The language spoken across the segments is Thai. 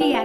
ด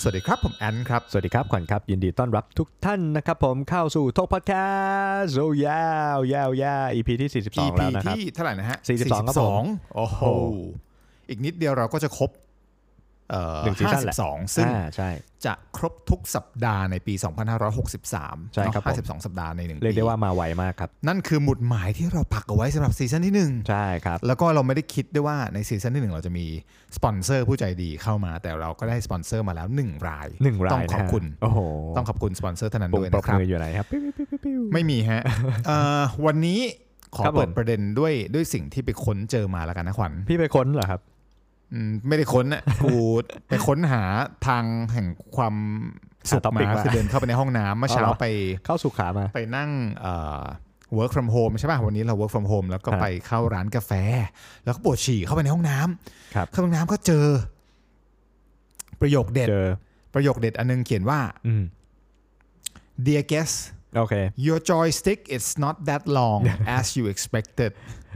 สวัสดีครับ ผมแอนครับ สวัสดีครับขวัญครับ ยินดีต้อนรับทุกท่านนะครับผมเข้าสู่ทกพอดแคสต์โอ้ยาวยาวยาว EP ที่ 42 EP แล้วนะครับ ที่เท่าไหร่นะฮะ 42ครับผม 42โอ้โห โอ้โห อีกนิดเดียวเราก็จะครบเอ่อ หนึ่งซีซั่นแหละ 52 ซึ่ง อ่าใช่ จะครบทุกสัปดาห์ในปี 2563 ใช่ครับผม เนาะ52 สัปดาห์ในหนึ่ง เรียก ปี ได้ว่ามาไวมากครับ นั่นคือหมุดหมายที่เราปักเอาไว้สำหรับซีซั่นที่หนึ่ง ใช่ครับ แล้วก็เราไม่ได้คิดด้วยว่าในซีซั่นที่หนึ่งเราจะมีสปอนเซอร์ผู้ใจดีเข้ามา แต่เราก็ได้สปอนเซอร์มาแล้วหนึ่งราย หนึ่งราย ต้องขอบ นะฮะ คุณ โอ้โห ต้องขอบคุณสปอนเซอร์ท่านนั้น ปุ่ม ด้วย ปรบ นะครับ มืออยู่ไหนครับปิ๊วปิ๊วปิ๊วปิ๊ว ไม่มี ฮะ เอ่อวันนี้ขอ ครับผม เปิดประเด็นด้วยด้วยสิ่งที่ไปค้นเจอมาแล้วกันนะขวัญ พี่ไปค้นเหรอครับ อืมไม่ได้ค้น อ่ะ กูไปค้นหาทางแห่งความสุข หา topic มา มา คือเดินเข้าไปในห้องน้ำเมื่อเช้า เอาเหรอ ไป เข้าสุขามา ไปนั่งเอ่อ work from home ใช่ป่ะวันนี้เรา work from home แล้วก็ ฮะ ไปเข้าร้านกาแฟ แล้วก็ปวดฉี่เข้าไปในห้องน้ำ ครับ เข้าห้องน้ำก็เจอ ประโยคเด็ด เจอ ประโยคเด็ดอันนึงเขียนว่า อืม dear guest โอเค your joystick is not that long as you expected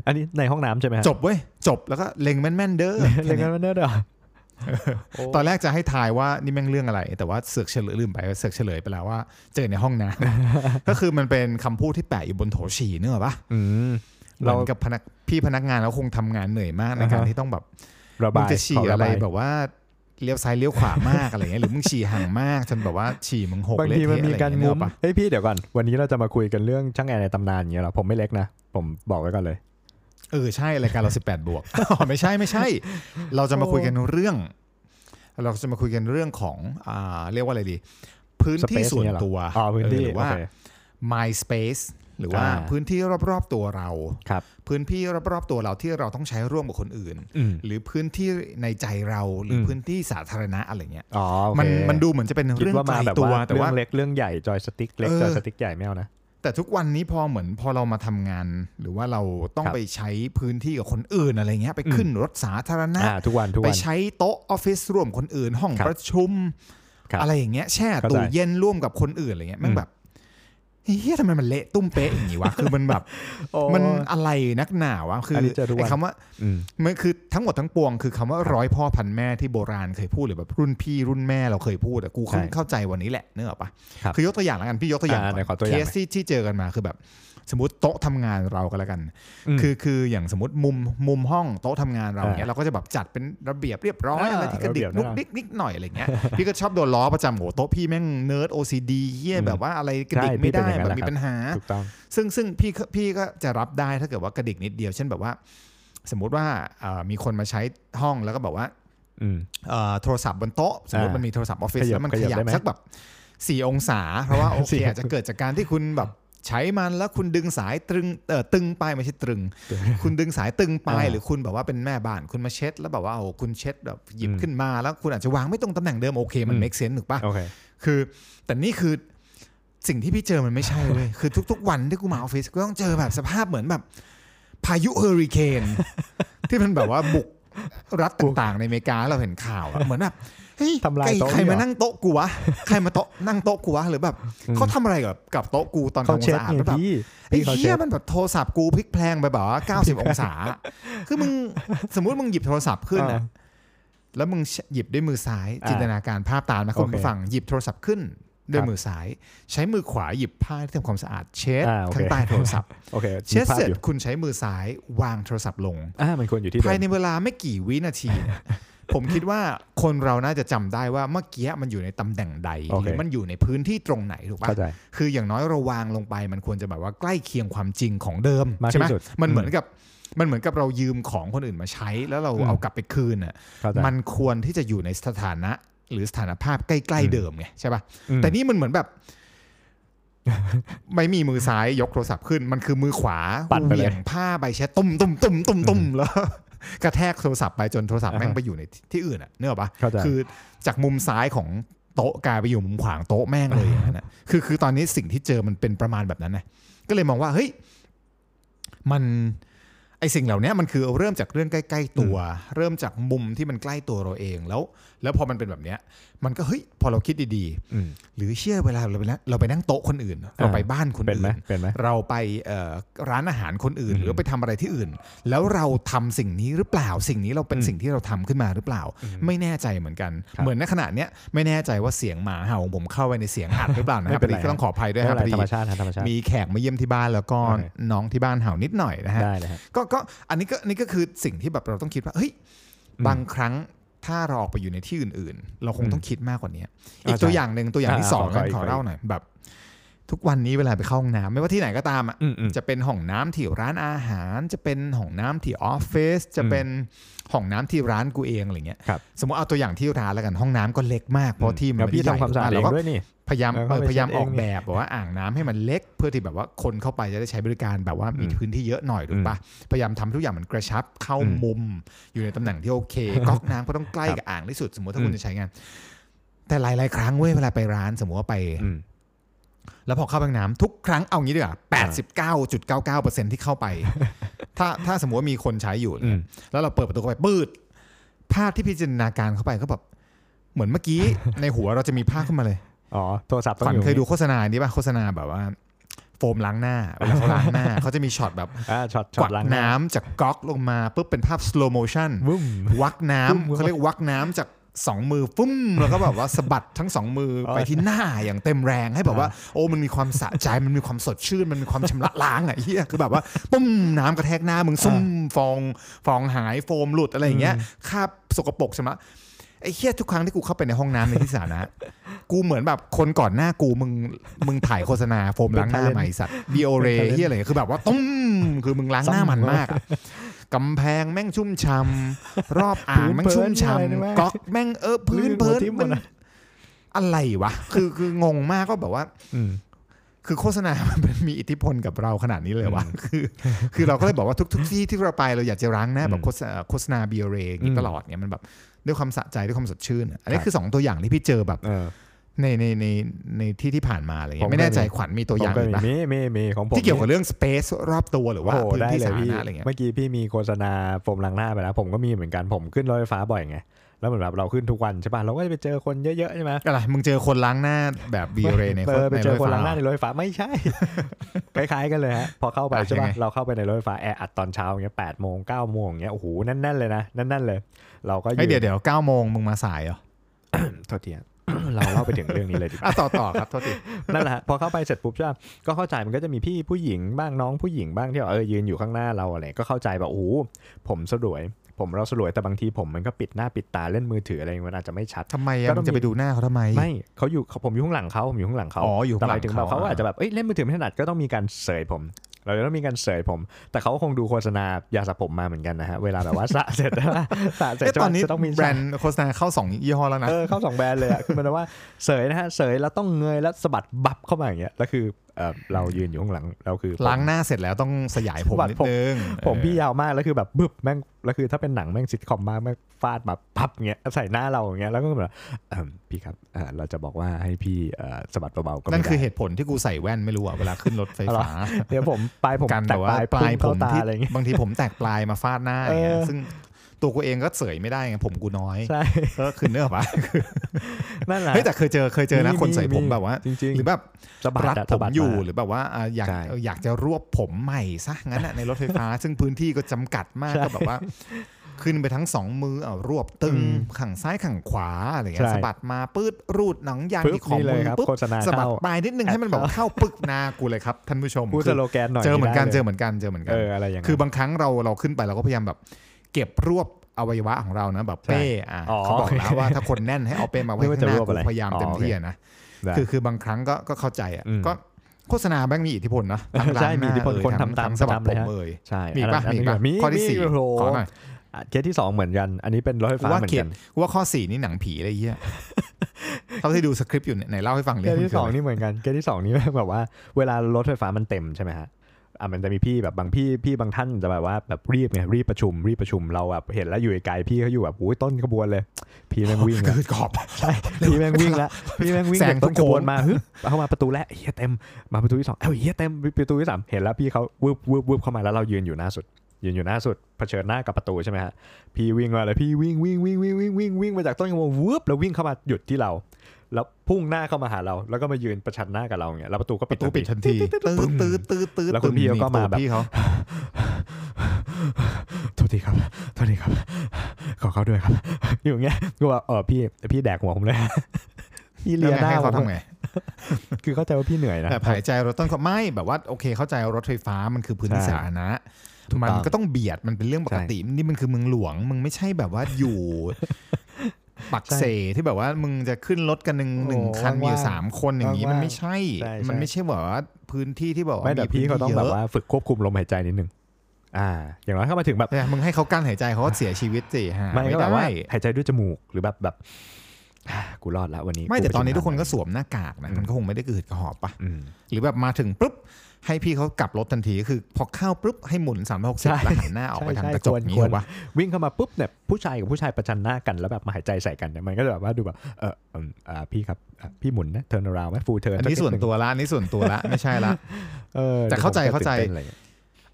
อันนี้ในห้องน้ำใช่ไหมฮะ จบเว้ย จบแล้วก็เล็งแม่น ๆ เด้อ เรียกกันว่าเนิร์ดเหรอ ตอนแรกจะให้ทายว่านี่แม่งเรื่องอะไร แต่ว่าเสือกเฉลยลืมไปเสือกเฉลยไปแล้วว่า เจอในห้องน้ ำ ก็คือมันเป็นคำพูดที่แปะอยู่บนโถฉี่เนกอะปะ อืม เห เรา มือนกับพนักพี่พนักงานแล้วคงทำงานเหนื่อยมากในการที่ต้องแบบ ระ มึ บาง ย จะฉี่ ขง อะไร บาย แบบว่าเลี้ยวซ้ายเลี้ยวขวามากอะไรเงี้ยหรือมึงฉี่ห่างมากจนแบบว่าฉี่มึงหก บาง เละ ที เทะ มัน อะไร มีการ เงี้ยเน งุ้ ก ม อะปะ เฮ้ยพี่เดี๋ยวก่อน วันนี้เราจะมาคุยกันเรื่องช่างแอร์ในตำนานอย่างเงี้ยเหรอผมไม่เล็กนะ ผมบอกไว้ก่อนเลย เออใช่รายการเรา 18 บวก ไม่ใช่ไม่ใช่ เราจะมาคุยกันเรื่อง เราจะมาคุยกันเรื่องของอ่าเรียกว่าอะไรดี พื้นที่ Space ส่วน เยเหรอ ตัว อ๋อพื้นที่ เออหรือว่า โอเค my space หรือว่า อ่า พื้นที่รอบๆตัวเรา ครับ พื้นที่รอบๆตัวเราที่เราต้องใช้ร่วมกับคนอื่น อืม หรือพื้นที่ในใจเราหรืออ ม พื้นที่สาธารณะอะไรเงี้ย อ๋อโอเค มันมันดูเหมือนจะเป็น คิด เรื่อง ว่า ไกล มาแบบ ตัว ว่า แต่ เรื่อ ว่า งเล็กเรื่องใหญ่จอยสติ๊กเล็ก เออ จอยสติ๊กใหญ่ไม่เอานะ แต่ทุกวันนี้พอเหมือนพอเรามาทำงาน หรือว่าเราต้อง ครับ ไปใช้พื้นที่กับคนอื่นอะไรเงี้ยไปขึ้นรถสาธารณะ อ่าทุกวันทุก ไป วัน ใช้โต๊ะออฟฟิศร่วมคนอื่น ห้อง ครับ ประชุม ครับ อะไรอย่างเงี้ยแช่ เข้าใจ ตู้เย็นร่วมกับคนอื่นอะไรเงี้ยแม่ อื ง ม แบบเฮียทำไมมันเละตุ้มเป๊ะอย่างงี้วะ คือมันแบบ โอ้ มันอะไรนักหนาวะคืออน นี้เจอทุกวัน ไอ้คำว่า อืม มันคือทั้งหมดทั้งปวงคือคำว่าร้อยพ่อพันแม่ที่โบราณเคยพูดหรือแบบรุ่นพี่รุ่นแม่เราเคยพูดอะกูเพิ่ง ใช่ เข้าใจวันนี้แหละเนกอะปะ ครับ คือยกตัวอย่างแล้วกันพี่ยกตัวอย่าง อ่าไหนขอตัวอ เค ย่างหน่อยสที่ที่เจอกันมาคือแบบ สมมติโต๊ะทำงานเราก็แล้วกัน ม คือคืออย่างสมมติมุมมุมห้องโต๊ะทำงานเรา อ่า เนี้ยเราก็จะแบบจัดเป็นระเบียบเรียบร้อย อ่า อะไรที่กระดิก ระเบียบ นุก น่ารัก ดิกนิกหน่อยอะไรเงี้ย พี่ก็ชอบโดนล้อประจำโหโต๊ะพี่แม่งเนิร์ดโอซีดีเยี่ย อืม แบบว่าอะไรกระดิก ใช่พี่ ไม่ เป็น ได้ อย่างนั้น แบบ แหละ มี ครับ ปัญหา ถูกต้อง ซึ่งซึ่งพี่ก็พี่ก็จะรับได้ถ้าเกิดว่ากระดิกนิดเดียว เช่นแบบว่า สมมติว่าเอ่อมีคนมาใช้ห้องแล้วก็แบบว่า อืม เอ่อโทรศัพท์บนโต๊ะสมมติ อ่ามั มันมีโทรศัพท์ออฟฟิศ ขยับ แล้วมันข ขยั ยับบ ได้ไหม สักแบบสี่องศา เพ ราะว่าโอเคอาจจะเกิดจากการที่คุณแบบใช้มันแล้วคุณดึงสายตรึงเออตึงไปไม่ใช่ตรึง คุณดึงสายตึงไป อ่า หรือคุณแบบว่าเป็นแม่บ้านคุณมาเช็ด แล้วแบบว่าเอาคุณเช็ดแบบหยิบ อืม ขึ้นมาแล้วคุณอาจจะวางไม่ตรงตำแหน่งเดิมโอเคมัน อืม เมคเซนส์ถูกปะ โอเค คือ แต่นี่คือสิ่งที่พี่เจอมันไม่ใช่เลย คือทุก ๆ วันที่กูมาออฟฟิศกูต้องเจอแบบสภาพเหมือนแบบ พายุเฮอริเคน ที่มันแบบว่าบุกรัฐต่างๆ ในอเมริกาเราเห็นข่าวอะเหมือนแบบเฮ้ย ทำลาย ใคร โต๊ะ ใคร เนี่ย มานั่งโต๊ะกูวะใครมาโต๊ะนั่งโต๊ะกูวะหรือแบบ อืม เขาทำอะไรกับกับโต๊ะกูตอน เขา ทำความ เช็ด สะอาด ไง แล้วแบบ พี่ ไอ้ พี่เขา เหี้ เช็ ย ด มันแบบโทรศัพท์กูพลิกแพลงไปแบบว่า 90 องศา คือมึงสมมุติมึงหยิบโทรศัพท์ขึ้นน่ะ อ่า แล้วมึงหยิบด้วยมือซ้าย อ่า จินตนาการภาพตามนะคุโอณเค ผู้ฟังหยิบโทรศัพท์ขึ้นด้วย ครับ มือซ้าย ใช้มือขวาหยิบผ้าที่ทำความสะอาดเช็ด อ่าโอเค ข้างใต้โทร ศัพท์ โอเค เช็ด มีภาพ เสร็จ อยู่ คุณใช้มือซ้ายวางโทรศัพท์ลง อ่ามันควรอยู่ที่เดิ ภาย ม ในเวลาไม่กี่วินา ทีเนี่ย ผมคิดว่าคนเราน่าจะจำได้ว่าเมื่อกี้มันอยู่ในตำแหน่งใดหรือมันอยู่ในพื้นที่ตรงไหนถูกปะ เข้าใจ คืออย่างน้อยเราวางลงไปมันควรจะแบบว่าใกล้เคียงความจริงของเดิม มาก ใช่ไหม ที่สุด มันเหมือนกับมันเหมือนกับเรายืมของคนอื่นมาใช้ แล้วเรา อืม เอากลับไปคืนอ่ะ เข้าใจ มันควรที่จะอยู่ในสถานะ หรือสถานภาพใกล้ อื ๆ ม เดิมไงใช่ปะ อืม แต่นี่มันเหมือนแบบ ไม่มีมือซ้ายยกโทรศัพท์ขึ้น มันคือมือขวา ปัดไปเลย เหวี่ยงผ้าใบเช็ดตุ่มตุ่มตุ่มตุ่มตุ่มแล้ว กระแทกโทรศัพท์ไปจนโทรศัพท์ อ่าฮะ แม่งไปอยู่ในที่อื่นอ่ะเนกอะปะ เข้าใจ คือจากมุมซ้ายของโต๊ะกลายไปอยู่มุมขวางโต๊ะแม่งเลยอย่างนั้นนะ คือคือตอนนี้สิ่งที่เจอมันเป็นประมาณแบบนั้นนะก็เลยมองว่าเฮ้ย มันไอสิ่งเหล่าเนี้ยมันคือเริ่มจากเรื่องใกล้ ๆ ตัว เริ่มจากมุมที่มันใกล้ตัวเราเองแล้ว แล้วพอมันเป็นแบบเนี้ย มันก็เฮ้ยพอเราคิดดี อืม ๆ หรือเชื่อเวลาเราไปนั่งเราไปนั่งโต๊ะคนอื่น เราไปบ้านคน เป็น อื่ ไหม น เป็นไหม เราไปเอ่อร้านอาหารคนอื่น อืม หรือไปทำอะไรที่อื่น แล้วเราทำสิ่งนี้หรือเปล่าสิ่งนี้เราเป็น อืม สิ่งที่เราทำขึ้นมาหรือเปล่า ไม่แน่ใจเหมือนกัน ครับ เหมือนในขณะเนี้ยไม่แน่ใจว่าเสียงหมาเห่าของผมเข้าไปในเสียงอัดหรือเปล่านะ ไม่ ครับ เป็น พอดี ไร ก็ต้องขออภัยด้วย ไม่ ค เป็ รั น บ ไรธพอดีรรมชาติฮะธรรมชาติ มีแขกมาเยี่ยมที่บ้านแล้วก็ โอเค น้องที่บ้านเห่านิดหน่อยนะฮะ ได้เลยฮะ ก็ก็อันนี้ก็อันนี้ก็คือสิ่งที่แบบเราต้องคิดว่าเฮ้ย อืม บางครั้งถ้าเราออกไปอยู่ในที่อื่น ๆ เราคงต้องคิดมากกว่านี้อีก อ่า ตัว ใช่ อย่างหนึ่งตัวอย่างที่ อ่า สอง ขอขอ นั้น อีก ขอ ขออีก เล่าหน่อยแบบ ทุกวันนี้เวลาไปเข้าห้องน้ำไม่ว่าที่ไหนก็ตามอ่ะ อืมอืม จะเป็นห้องน้ำที่ร้านอาหาร จะเป็นห้องน้ำที่ออฟฟิศจะเป็นห้องน้ำที่ร้านกูเองอะไรเงี้ย ครับ สมมติเอาตัวอย่างที่ร้านแล้วกันห้องน้ำก็เล็กมากเพราะที่มัน แล้ว ไม่ พี่ ได้ใหญ่ ทำความสะอาด แล้ เอ ว ง ก็ ด้วยนี่ พยายาม แล้วก็ เออ ไป พยายาม เช็ดเอง ออกแบบบอกว่าอ่างน้ำให้มันเล็ก เพื่อที่แบบว่าคนเข้าไปจะได้ใช้บริการแบบว่ามี อืม พื้นที่เยอะหน่อยถูกปะพยายามทำให้ทุกอย่างมันกระชับเข้า อืม มุม อยู่ในตำแหน่งที่โอเค ก๊อกน้ำก็ต้องใกล้กับอ่างที่สุดสมมติถ้าคุณ อืม จะใช้งาน แต่หลาย ๆ ครั้งเว้ยเวลาไปร้านสมมติว่าไป อืม แล้วพอเข้าไปห้องน้ำทุกครั้งเอางี้ดีกว่าแปดสิบเก้าจุดเก้าเก้าเปอร์เซ็นที่เข้าไป ถ้าถ้าสมมติว่ามีคนใช้อยู่ อื เนี่ย ม แล้วเราเปิดประตูเข้าไปปืดภาพที่พิจารณาการเข้าไปก็แบบเหมือนเมื่อกี้ ในหัวเราจะมีภาพขึ้นมาเลย อ๋อโทรศัพท์ต้อ ฝั ง น อยู่ เคยดูโฆษณาอันนี้ป่ะโฆษณาแบบว่าโฟมล้างหน้าเวลาเขาล้างหน้า เขาจะมีช็อตแบบ อ่าช็อต ก ช็อ วั ต ก ล้าง น้ำจากก๊อกลงมาปุ๊บเป็นภาพสโลโมชั o น วุ้ม วักน้ำ ฟึ่ม เขาเรียกวักน้ำจากสองมือฟุ้มแล้วก็แบบว่าสะบัดทั้งสองมือ โอ้ย ไปที่หน้าอย่างเต็มแรงให้แบบว่า โอ้มันมีความสะใจมันมีความสดชื่นมันมีความชำระล้างอ่ะเฮียคือแบบว่าปุ้มน้ำกระแทกหน้ามึงซุ่มฟองฟองหายโฟมหลุดอะไรอย่างเงี้ยคราบสกปรกชำระ ไอ้เฮียทุกครั้งที่กูเข้าไปในห้องน้ำในที่สาธารณะ กูเหมือนแบบคนก่อนหน้ากูมึงมึงถ่ายโฆษณาโฟมล้างหน้า เป็น talent ใหม่สัตว์ดีโอเร เป็น talent เฮียอะไรคือแบบว่าตุ้มคือมึงล้างหน้ามันมากอะกำแพงแม่งชุ่มช ำรอบอ่างแม่งชุ่มช พื้นเปิ้ลอะไรเนี่ยแม่ง ำก๊อกแม่งเออพื้น พื้นหัวเพินทิ่มหม มั ด น อะ อะไรวะคือคืองงมากก็แบบว่า อืม คือโฆษณา มันมีอิทธิพลกับเราขนาดนี้เลยวะคือ คือเราก็เลยบอกว่าทุกทุกที่ที่เราไปเราอยากจะร้างหน้าแบบโฆษณาโฆษณาเบียร์เรย์อย่าง อื นี้ ม ตลอดเนี่ยมันแบบด้วยความสะใจด้วยความสดชื่นอะอันคนี้รับ คือ 2 ตัวอย่างที่พี่เจอแบบ เออ ในในในในที่ที่ผ่านมาอะไรเงี้ ผม ย ก็มี ไม่แน่ใจขวัญมีตัวอย่าง ผม อื่น ก็ ปะ มีมีมีมีของผม ที่เกี่ยวกับ มี เรื่อง Space รอบตัวหรือว่า โอ้โห พื้น ได้ ที่ เลย สาธา พี่ รณะอะไรเงี้ย เมื่อกี้พี่มีโฆษณาโฟมล้างหน้าไปแล้วผมก็มีเหมือนกันผมขึ้นรถไฟฟ้าบ่อยไงแล้วเหมือนแบบเราขึ้นทุกวันใช่ป่ะเราก็จะไปเจอคนเยอะๆใช่ไหม อะไรมึงเจอคนล้างหน้าแบบเบียร์เรย์ใน เออไป ใน เจ ร อ ถไฟ คน ฟ้า ล้างหน้า เห ใน รรอถไฟฟ้าไม่ใช่ คล้ายๆกันเลยฮะพอเข้าไป อ่ะ ใช่ ยัง ปะ ไง เราเข้าไปในรถไฟฟ้าแออัดตอนเช้าอย่างเงี้ยแปดโมงเก้าโมงอย่างเงี้ยโอ้โหแน่นๆเลยนะแน่นๆเลย เราก็ เฮ้ย ยื เดี๋ยวน เดี๋ยวเก้าโมงมึงมาสายเหรอ โทษทีฮะ เราเล่าไปถึงเรื่องนี้เลยดีกว่า อ่ะต่อต่อครับโทษที นั่นแหละฮะพอเข้าไปเสร็จปุ๊บใช่ปะก็เข้าใจมันก็จะมีพี่ผู้หญิงบ้างน้องผู้หญิงบ้างที่แบบเออยืนอยู่ข้างหน้าเราอะไรก็เข้าใจแบบโอ้โหผมสลวย ผมเราสลวยแต่บางทีผมมันก็ปิดหน้าปิดตาเล่นมือถืออะไรอย่างเงี้ยมันอาจจะไม่ชัด ทำไมอะ ก็ต้อมึง ง มี จะไปดูหน้าเขาทำไม ไม่เขาอยู่เขาผมอยู่ข้างหลังเขาผมอยู่ข้างหลังเขา อ๋ออยู่ แต่ ข้าง หมายหลัง ถึงแบบเขา เขาอ่ะ อาจจะแบบเอ้ยเล่นมือถือไม่ถนัดก็ต้องมีการเสยผม เราจะต้องมีการเสยผม แต่เขาก็คงดูโฆษณายาสระผมมาเหมือนกันนะฮะเวลาแบบ ว่าสระเสร็จแล้วสระเสร็จ เอ๊ะ ใช่ ต ปะ อนนี้ จะต้องมี แบรนด์โฆษณาเข้าสองยี่ห้อแล้วนะ เออเข้าสองแบรนด์เลยอะคือมันว่าเสยนะฮะเสยแล้วต้องเงยแล้วสะบัดบับเข้ามาอย่างเงี้ยแล้วคือเออเรายืนอยู่ข้างหลังเราคือผม ล้างหน้าเสร็จแล้วต้องสยายผม บัด นิด ผม นึง ผมเออยพี่าวมากแล้วคือแบบบึบแม่งแล้วคือถ้าเป็นหนังแม่งซิทคอมมากแม่งฟาดแบบพับเงี้ยใส่หน้าเราอย่างเงี้ยแล้วก็แบบเอิ่มพี่ครับเอ่อเราจะบอกว่าให้พี่เอ่อสะบัดเบาๆก็ไม่ นั่นคือ ได้ เหตุผลที่กูใส่แว่นไม่รู้อะเวลาขึ้นรถไฟฟ้า เดี๋ยวผมปลายผม กัน แต แต่ ก ว่า ปลาย ปลายผ พุ่ง ม เข้ตา ที่ อะไรเงี้ย บางทีผมแตกปลายมาฟาดหน้าอย่างเงี้ย เออ ซึ่งตัวกูเองก็เสยไม่ได้ไงผมกูน้อย ใช่ ก็คือเนื้อปะ นั่นแหละ เฮ้ยแต่เคยเจอเคยเจอนะ มี คนใส่ผม มี แบบว่า จริง หรือแบบ ๆสะบัด รัด อะ ผ สะ ม บัด อยู่ มา หรือแบบว่าอ่ะอยาก ใช่ เอออยากจะรวบผมใหม่ซะงั้นอะในรถไฟฟ้า ซึ่งพื้นที่ก็จำกัดมาก ใช่ ก็แบบว่า ขึ้นไปทั้งสองมือเอารวบตึง อืม ขังซ้ายขังขวาอะไรเงี้ ใช่ ยสะบัดมาปืดรูดหนังยาง ปึ๊บ ที่ของ นี่เล มื ย อ ครับ ปุ๊บ โฆษณา สะบัด เข้า ปลายนิดนึงให้มันแบบเข้าปึกหน้ากูเลยครับ ท่านผู้ชม พูดสโลแกนหน่อย เจอเหมือนกัน ได้ลย เจอเหมือนกันเจอเหมือนกั เอน ออะไรอย่างเงี้ย คือบางครั้งเราเราขึ้นไปเราก็พยายามแบบ เก็บรวบอวัยวะของเรานะแบบ ใช่ เป้อ่ะ อ๋อ เขาบอกแล้วว่าถ้าคนแน่นให้เอาเป้มาไว้ ไม่ว่า ข้างจะหน้าร วบ กู อะไร พยายามเต็ม อ๋อโอเค ที่อะนะ ได้ คือคือบางครั้งก็ก็เข้าใจอ่ะ อืม ก็โฆษณาแบงมีอิทธิพลนะทางร้า ใช่ น มีอิทธิพล หา คน เย ทำตาม สะบัด ทำ ผ เลยฮะมเอ่ย ใช่ มี อัน ป่ะ นั้นอันนั้นมีป่ะ มี ข้อที่สี่ มีโอ้โห ขอหน่อย อ่ะเคสที่สองเหมือนกัน อันนี้เป็นรถไฟฟ้า ว่า เหมือ เข น ต กัน ว่าข้อสี่นี่หนังผีอะไรเงี้ย เท่าที่ดูสคริปต์อยู่เนี่ยไหนเล่าให้ฟัง เคสเรื่อง ที่สองนี่เหมือนกันเคสที่สองนี่แบบว่า เวลารถไฟฟ้ามันเต็มใช่ไหมฮะ อ่ะมันจะมีพี่แบบบางพี่พี่บางท่านจะแบบว่าแบบรีบไงรีบประชุมรีบประชุมเราแบบเห็นแล้วอยู่ไกลๆพี่เขาอยู่แบบอุ้ยต้นขบวนเลย พี่แม่งวิ่งอะ เกิดขอบ ใช่พี่แม่งวิ่งละพี่แม่งวิ่ง แสง จากต้นข โค้ง บวนมาฮึบเข้ามาประตูแล้วเฮียเต็มมาประตูที่สองเอ้าเฮียเต็มประตูที่สามเห็นแล้วพี่เขาวืบวืบวืบเข้ามาแล้วเรายืนอยู่หน้าสุด ยืนอยู่หน้าสุดเผชิญหน้ากับประตูใช่ไหมฮะพี่วิ่งมาเลยพี่วิ่งวิ่งวิ่งวิ่งวิ่งวิ่งวิ่งมาจากต้นขบวนวืบแล้ววิ่งเข้ามาหยุดที่เรา แล้วพุ่งหน้าเข้ามาหาเรา แล้วก็มายืนประชันหน้ากับเราอย่างเงี้ยแล้วประตูก็ ป ปิด ระตูปิด ทันที ทันทีตื้อตื้อตื้อตื้อ แล้วคุณพี่เขาก็มาแบบ พี่เขา โทษทีครับโทษทีครับ ขอเข้าด้วยครับ อยู่อย่างเงี้ยก็ว่าเออพี่พี่แดกหัวผมเลย พี่ แล้ เลี วย ไง หน้า ให้ ผ เขา ม ทำไง คือเข้าใจว่าพี่เหนื่อยนะ แบบหายใจรถต้นขอบไม่แบบว่าโอเคเข้าใจรถไฟฟ้ามันคือพื้นที่ ใช่ สาธารณะ ถูก มัน ต้อง ก็ต้องเบียดมันเป็นเรื่องปกตินี่มันคือเมืองหลวงมึงไม่ใช่แบบว่าอยู่ ปักเสที่แบบว่ามึงจะขึ้นรถกันหนึ่ง โอ้ หนึ่งคันมีอยู่ ว่างๆ สามคนอย่างนี้ ว่างๆ มันไม่ใช่ ใช่ใช่ มันไม่ใช่แบบว่าพื้นที่ที่บอกว่า ไม่แต่พี่เขาต้องแบบ ยะ ว่าฝึกควบคุมลมหายใจนิดนึงอ่า อย่างน้อยเข้ามาถึงแบบ เนี่ยมึงให้เขากั้นหายใจเขาก็เสียชีวิตสิฮะ ไม่ก็แบบ ด้ ว่าหายใจด้วยจมูกหรือแบบแบบอ่ากูรอดละวันนี้ ไม่แต่ ป ตอนนี้ทุกคนก็ ทำงา สวมหน้ากากนะ อืม มันก็คงไม่ได้เกิดกระหอบปะ อืม หรือแบบมาถึงปุ๊บให้พี่เขากลับรถทันทีก็คือ พอเข้าปุ๊บให้หมุนสามหกสิบ ใช่ แล้วหันหน้าออกไปทาง ใช่ใช่ กระจก ควร นี้ ควร ถูกปะ วิ่งเข้ามาปุ๊บเนี่ยผู้ชายกับผู้ชายประชันหน้ากันแล้วแบบมาหายใจใส่กันเนี่ยมันก็จะแบบว่าดูแบบเออเอิ่มอ่าพี่ครับอ่ะพี่หมุนนะเทิร์นราวไหมฟูเทิร์น อันนี้ส่วนตัวละอันนี้ส่วนตัวละ ไม่ใช่ละ แต่เข้าใจเข้าใจ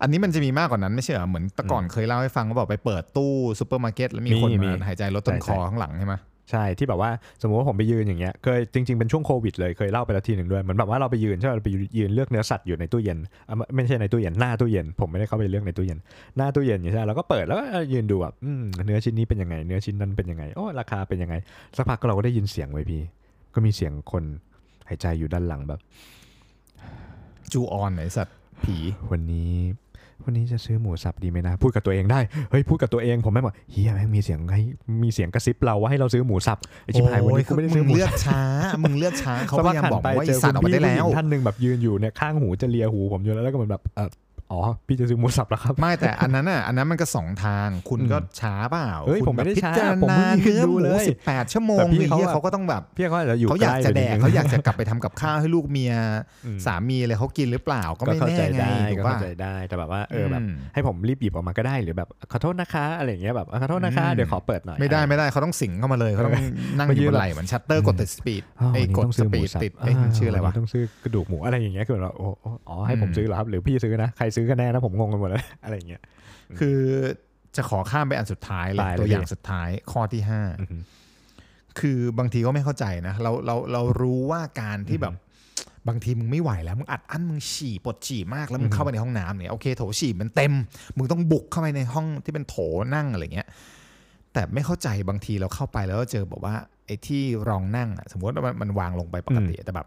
อันนี้มันจะมีมากกว่านั้นไม่ใช่เหรอเหมือนแต่ก่อนเคยเล่าให้ฟังว่าบอกไปเปิดตู้ซูเปอร์มาร์เก็ตแล้วมี มี คน มี มาหายใจลดต้น ใช่ใช่คอข้างหลังใช่ไหม ใช่ที่แบบว่าสมมติว่าผมไปยืนอย่างเงี้ยเคยจริงๆเป็นช่วงโควิดเลยเคยเล่าไปแล้วทีหนึ่งด้วยเหมือนแบบว่าเราไปยืนใช่ไหมเราไปยืนเลือกเนื้อสัตว์อยู่ในตู้เย็นอ่ะไม่ไม่ใช่ในตู้เย็นหน้าตู้เย็นผมไม่ได้เข้าไปเลือกในตู้เย็นหน้าตู้เย็นอย่างเงี้ยใช่ไหมเราก็เปิดแล้วก็ยืนดูแบบอืมเนื้อชิ้นนี้เป็นยังไง เนื้อชิ้นนั้นเป็นยังไงโอ้ราคาเป็นยังไงสักพักเราก็ได้ยินเสียงไว้ยพี่ ก็มีเสียงคนหายใจอยู่ด้านหลังแบบ จูออนไหนสัตว์ผี วันนี้ วันนี้จะซื้อหมูสับดีไหมนะ พูดกับตัวเองได้เฮ้ยพูดกับตัวเองผมไม่งบอกเฮียแม่งมีเสียงให้มีเสียงกระซิบเราว่าให้เราซื้อหมูสับไอชิบหายวันนี้กูไม่ได้ซื้อห มึ มู ง สับ เลือกช้า มึงเลือกช้าเขาพยายามบอกว่าไอ เจอ สัตว์ออก คุณ มา พี่ ได้แล้ว ผู้หญิงท่านหนึ่งแบบยืนอยู่เนี่ยข้างหูจะเลียหูผมอยู่แล้วแล้วก็เหมือนแบบเอออ๋อ พี่จะซื้อหมูสับแล้วครับ ไม่แต่อันนั้นอ่ะอันนั้นมันก็สองทาง คุณ อืม ก็ช้าเปล่า เฮ้ย คุณ ผมไม่ได้ แบบ ช้า พิจร ผมไม่ ณา ได้ เนื้อ ดู หมู เลย สิบแปดชั่วโมง แต่พี่ นี่ เขาอะ เขาก็ต้องแบบ พี่เขาอาจจะอยู่ เขาอยาก ใล้ จะ ไป แด นิ ก นึง เขาอยากจะกลับไปทำกับข้าวให้ลูกเมีย อืม สามีอะไรเขากินหรือเปล่าก็ไม่ เข้า แน่ ใจ ไง ได้ ถู ก็ ก เข้า ปะ ใจได้แต่แบบว่าเอออแบบ ม ให้ผมรีบหยิบออกมาก็ได้หรือแบบขอโทษนะคะอะไรอย่างเงี้ยแบบขอโทษนะคะ อืม เดี๋ยวขอเปิดหน่อย ไม่ได้ อ่ะ ไม่ได้เขาต้องสิงเข้ามาเลยเขาต้องนั่งอ มายื ยู่ น บน แบบ ไหล่เหมือนชัตเตอร์กดติดสปีด าว ไอ้ย วันนี้ กด ต้ง ส ซื้อห ปี มู ด สับ ติดไอ้ยมันชื่ออะไร าน วะ นี้ต้องซื้อกระดูกหมูอะไรอย่างเงี้ยคือแบบว่าโอ้โอ้อ๋อให้ผม อืม ซื้อเหรอครับหรือพี่ซื้อนะใครซื้อกันแน่นะผมงงกันหมดแล้ว อะไรอย่างเงี้ย คือจะขอข้ามไปอันสุดท้ายเลย ตายเลย ตัวอย่างสุดท้ายข้อที่ อือฮึ 5 คือบางทีก็ไม่เข้าใจนะ เราเราเรารู้ว่าการที่แบบบางทีมึงไม่ไหวแล้วมึงอัดอั้นมึงฉี่ปวดฉี่มากแล้วมึงเข้าไปในห้องน้ำเนี่ยโอเคโถฉี่มันเต็ม มึงต้องบุกเข้าไปในห้องที่เป็นโถนั่งอะไรเงี้ยแต่ไม่เข้าใจบางทีเราเข้าไปแล้วก็เจอแบบว่าไอ้ที่รองนั่งอะสมมติว่ามันมันวางลงไปปกติแต่แบบ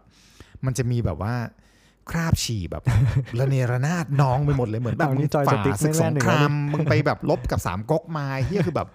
มันจะมีแบบว่าคราบฉี่แบบ ระเนระนาดนองไปหมดเลยเหมือนแบบ เอานี่ มึง จอยส ฝ่า ติ๊ก ศึก ไม่ ส แล่ ง นหนึ่ง ครามมึงไปแบบลบกับสามก๊กมาเฮียคือแบบ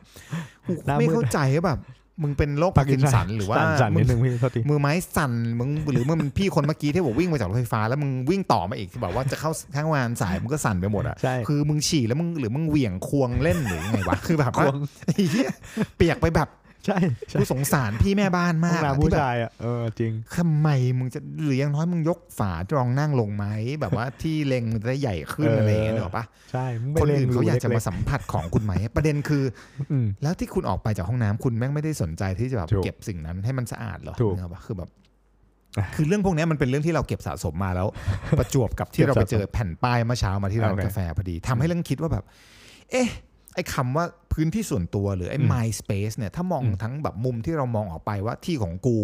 กู หน้ามืด ไม่เข้าใจว่าแบบ มึงเป็นโรคปาร์กินสันหรือว่า สั่นๆนิดนึงพี่โทษที มือไม้สั่นมึงหรือมึงเป็นพี่คนเมื่อกี้ที่บอกวิ่งมาจากรถไฟฟ้าแล้วมึงวิ่งต่อมาอีกที่บอกว่าจะเข้าข้างวานสายมึงก็สั่นไปหมดอ่ะ ใช่ คือมึงฉี่แล้วมึงหรือมึงเหวี่ยงควงเล่นหรือยังไงวะคือแบบว่า ไอ้เหี้ยเปียกไปแบบ ใช่ใช่ กูสงสารพี่แม่บ้าน ห้ มา อง กอะ น้ำ ที่ ผู้ แบบ ชายอ่ะเออจริง ทำไมมึงจะหรืออยังน้อยมึงยกฝารองนั่งลงไหมแบบว่า ที่เล็งมันจะได้ใหญ่ขึ้น เอออ อะไรอย่างเงี้ยหรอกปะ ใช่ ค ไม่ น เล่ อื่นเขาอยากจะ รู มาสัมผัสของคุณไหม ประเด็นคือ อืม แล้วที่คุณออกไปจากห้องน้ำคุณแม่งไม่ได้สนใจที่จะแบบ ถูก เก็บสิ่งนั้นให้มันสะอาดเหรอ ถูก เนกออกปะคือแบบ อ่ะ คือเรื่องพวกเนี้ยมันเป็นเรื่องที่เราเก็บสะสมมา แล้ว ประจวบกับที่ เก็บ เรา สะสม ไปเจอแผ่นป้ายเมื่อเช้ามาที่ร้าน โอเค กาแฟพอดีทำให้เรื่องคิดว่าแบบ เอ๊ะ ไอ้คำว่าพื้นที่ส่วนตัวหรือไอ้ อืม my space เนี่ยถ้ามอง อืม ทั้งแบบมุมที่เรามองออกไปว่าที่ของกู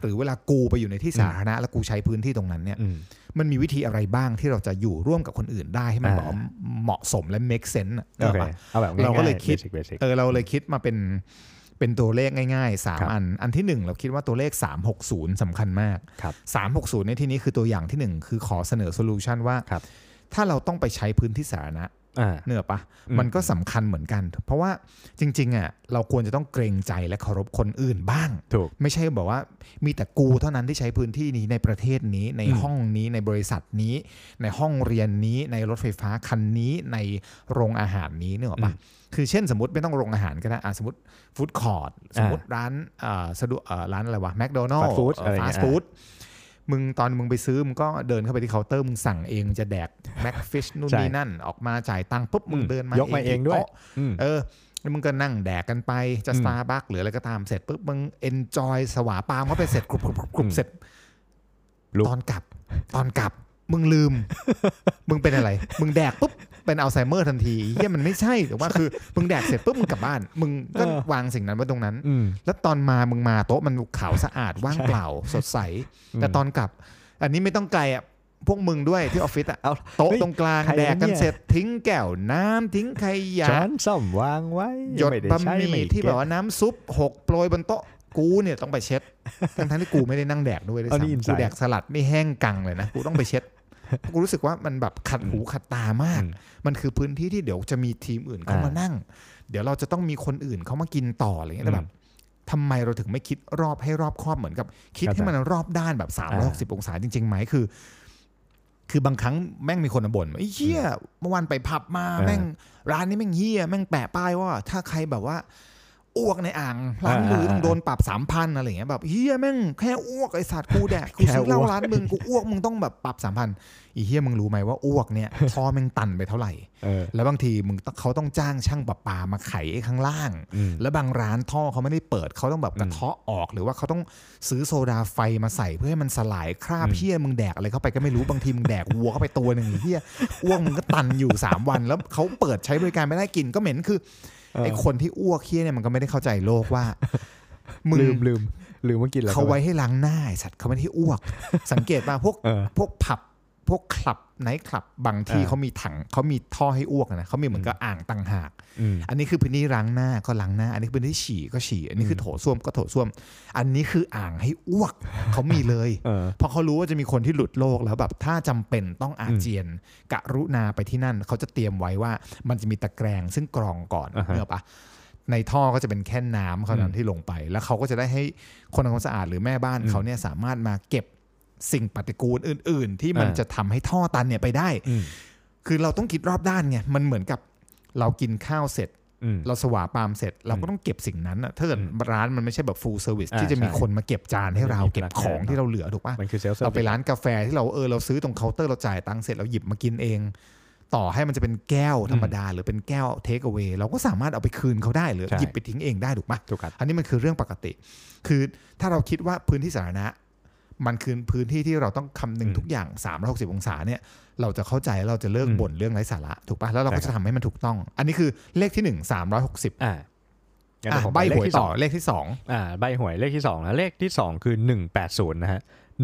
หรือเวลากูไปอยู่ในที่สาธารณะแล้วกูใช้พื้นที่ตรงนั้นเนี่ย อืม มันมีวิธีอะไรบ้างที่เราจะอยู่ร่วมกับคนอื่นได้ให้มัน อ่า แบบว่าเหมาะสมและ make sense อะนึก โอ ออก เค ปะ เอาแบบ เราก็เลยคิด เบสิก เออเราเลยคิดมาเป็นเป็นตัวเลขง่ายๆ ครับ 3 อัน อันที่ 1 เราคิดว่าตัวเลข 360สำคัญมาก ครับ 360 ในที่นี้คือตัวอย่างที่ 1 คือขอเสนอโซลูชันว่า ครับ ถ้าเราต้องไปใช้พื้นที่สาธารณะ อ่า เนื้ออกปะ อืม มันก็สำคัญเหมือนกัน เพราะว่าจริงๆอ่ะเราควรจะต้องเกรงใจและเคารพคนอื่นบ้าง ถูก ไม่ใช่แบบว่ามีแต่กูเท่านั้นที่ใช้พื้นที่นี้ในประเทศนี้ใน อืม ห้องนี้ในบริษัทนี้ ในห้องเรียนนี้ในรถไฟฟ้าคันนี้ในโรงอาหารนี้เนกอะปะคือเช่นสมมติไม่ต้องโรงอาหารก็ได้อ่ะสมมติฟู้ดคอร์ดสมมติร้านเอ่อสะดวกเอ่อร้านอะไรวะแมคโดนัล Fast ล์ food อะไรเงี้ย ฟาสต์ฟู้ด มึงตอนมึงไปซื้อมึงก็เดินเข้าไปที่เคาน์เตอร์มึงสั่งเองมึงจะแดกแม็กฟิชนู่น ใช่ นี่นั่น ออกมาจ่ายตังค์ปุ๊บมึง อืม เดินมาย กมาเองด้วย ที่โต๊ะ อืม เออแล้วมึงก็นั่งแดกกันไปจะ อืม สตาร์บัคหรืออะไรก็ตามเสร็จปุ๊บมึงเอนจอยสวาปามเข้าไปเสร็จกรุบกรุบกรุบกรุบ อืม เสร็จ ลุก ตอนกลับ ตอนกลับมึงลืม มึงเป็นอะไร มึงแดกปุ๊บเป็นอัลไซเมอร์ทันทีเฮียมันไม่ใช่แต่ว่าคือมึงแดกเสร็จปุ๊บมึงกลับบ้าน มึงก็วางสิ่งนั้นไว้ตรงนั้น อืม แล้วตอนมามึงมาโต๊ะมันขาวสะอาดว่างเปล่าสดใส อืม แต่ตอนกลับ อันนี้ไม่ต้องไกลอ่ะพวกมึงด้วยที่ออฟฟิศอ่ะ เอา โต๊ะ เฮ้ย ตรงกลาง ใคร แดกกัน เนี่ย เสร็จทิ้งแก้วน้ำทิ้งขยะ ช้อนส้อมวางไว้ หยด ไม่ได้ บะ ใช้ ห ไม่ มี่ที่แบบว่าน้ำซุปหกโปรยบนโต๊ะกูเนี่ยต้องไปเช็ดทั้งทั้งๆที่กูไม่ได้นั่งแดกด้วยด้วย เอานี่อิน ซ้ำ ไซด์ กูแดกสลัดไม่แห้งกังเลยนะกูต้องไปเช็ดกูรู้สึกว่ามันแบบขัดหูขัดตามาก อืม มันคือพื้นที่ที่เดี๋ยวจะมีทีมอื่นเข้ามา อ่านั่ นั่ง เดี๋ยวเราจะต้องมีคนอื่นเข้ามากินต่ออะไรเงี้อืมยแล้วแบบทำไมเราถึงไม่คิดรอบให้รอบครอบเหมือนกับ คิด ครับ ให้มันรอบด้านแบบ อ่า 360องศาจริงๆไหมคือ คือบางครั้งแม่งมีคนมาบ่นไอ้เหี้ยเมื่อวานไปผับมาแม่ง ร้านนี้แม่งเหี้ยแม่งแปะป้ายว่า ถ้าใครแบบว่าอ้วกในอ่างร้าน อ่า มือ อ่า มึงโดนปรับสามพันอะไรเงี้ยแบบเฮียแม่งแค่อ้วกไอสัตว์กูแดกกูซื้อเห ล้าแค่อ้วก ร้านมึงกูอ้วกมึงต้องแบบปรับสามพันอีเฮียมึงรู้ไหมว่าอ้วก เนี่ยท่อแม่งตันไปเท่าไหร่ เออ แล้วบางทีมึงต้องเขาต้องจ้างช่างประปามาไขไอ้ข้างล่าง อืม แล้วบางร้านท่อเขาไม่ได้เปิดเขาต้องแบบกระเทาะออกหรือว่าเขาต้องซื้อโซดาไฟมาใส่เพื่อให้มันสลายคราบ อืม เพี้ยมึงแดกอะไรเข้าไปก็ไม่รู้บางทีมึงแดกวัวเข้าไปตัวหนึ่งไอ้เพี้ยอ้วกมึงก็ตันอยู่ 3 วันแล้วเขาเปิดใช้บริการไม่ได้กลินก็เหม็นคือไอ้คนที่อ้วกเพี้ยเนี่ยมันก็ไม่ได้เข้าใจโลก ว่ามึง ลืมลืมลืมว่ากินอะไร เขาไว้ให้ล้างหน้าไอ้สัตว์เขาไม่ได้ให้อ้ว ก สังเกตป่ะพวก เออ พวกผับพวกคลับไนท์คลับบางที่ อ่า เขามีถังเขามีท่อให้อ้วกนะเขามีเหมือนกับอ่างต่างหาก อืม อันนี้คือพื้นที่ล้างหน้าก็ล้างหน้า อันนี้คือพื้นที่ฉี่ก็ฉี่อันนี้คืออ ม โถส้วมก็โถส้วม อันนี้คืออ่างให้อ้วก เขามีเลย เออ เพราะเขารู้ว่าจะมีคนที่หลุดโลกแล้วแบบถ้าจำเป็นต้องอาเจียน กะรุณาไปที่นั่น เขาจะเตรียมไว้ว่ามันจะมีตะแกรงซึ่งกรองก่อน อ่าฮะ เนอะปะในท่อก็จะเป็นแค่น้ำเท่านั้ อื น ม ที่ลงไป แล้วเขาก็จะได้ให้คนทำความสะอาดหรือแม่บ้าน อืม เขาเนี่ยสามารถมาเก็บสิ่งปฏิกูลอื่น ๆ ที่มัน อ่า จะทำให้ท่อตันเนี่ยไปได้ อืม คือเราต้องคิดรอบด้านไงมันเหมือนกับเรากินข้าวเสร็จ อืม เราสวาปามเสร็จเราก็ต้องเก็บสิ่งนั้นน่ะถ้าเกิด อืม ร้านมันไม่ใช่แบบ full service อ่า ที่จะมี ใช่ คนมาเก็บจานให้เรา มันจะมี เก็บ พนักงาน ของที่เราเหลือถูกปะ มันคือเซลล์ เราไปร้านกาแฟที่เราเออเราซื้อตรงเคาน์เตอร์เราจ่ายตังค์เสร็จเราหยิบมากินเอง ต่อให้มันจะเป็นแก้วธรรมดา หรือเป็นแก้วเทคเอา a y เราก็สามารถเอาไปคืนเขาได้หรือหยิบไปทิ้งเองได้ถูกปะ ถูกครับ อันนี้มันคือเรื่องปกติ คือถ้าเราคิดว่าพื้นที่สาธารณะ มันคือพื้นที่ที่เราต้องคำนึง อืม ทุกอย่าง 360 องศาเนี่ย เราจะเข้าใจเราจะเลิก อืม บ่นเรื่องไร้สาระ ถูกปะแล้วเราก็ ใช่ครับจะทำให้มันถูกต้อง อันนี้คือเลขที่ 1 360 อ่างั้น อ่ะ เดี๋ยวผม ใบ ไปเล ห ข วย ที่ส ต่ อ อง เลขที่ อ่าใบหวยเลขที่2นะเลขที่ 2 คือ 180 นะฮะ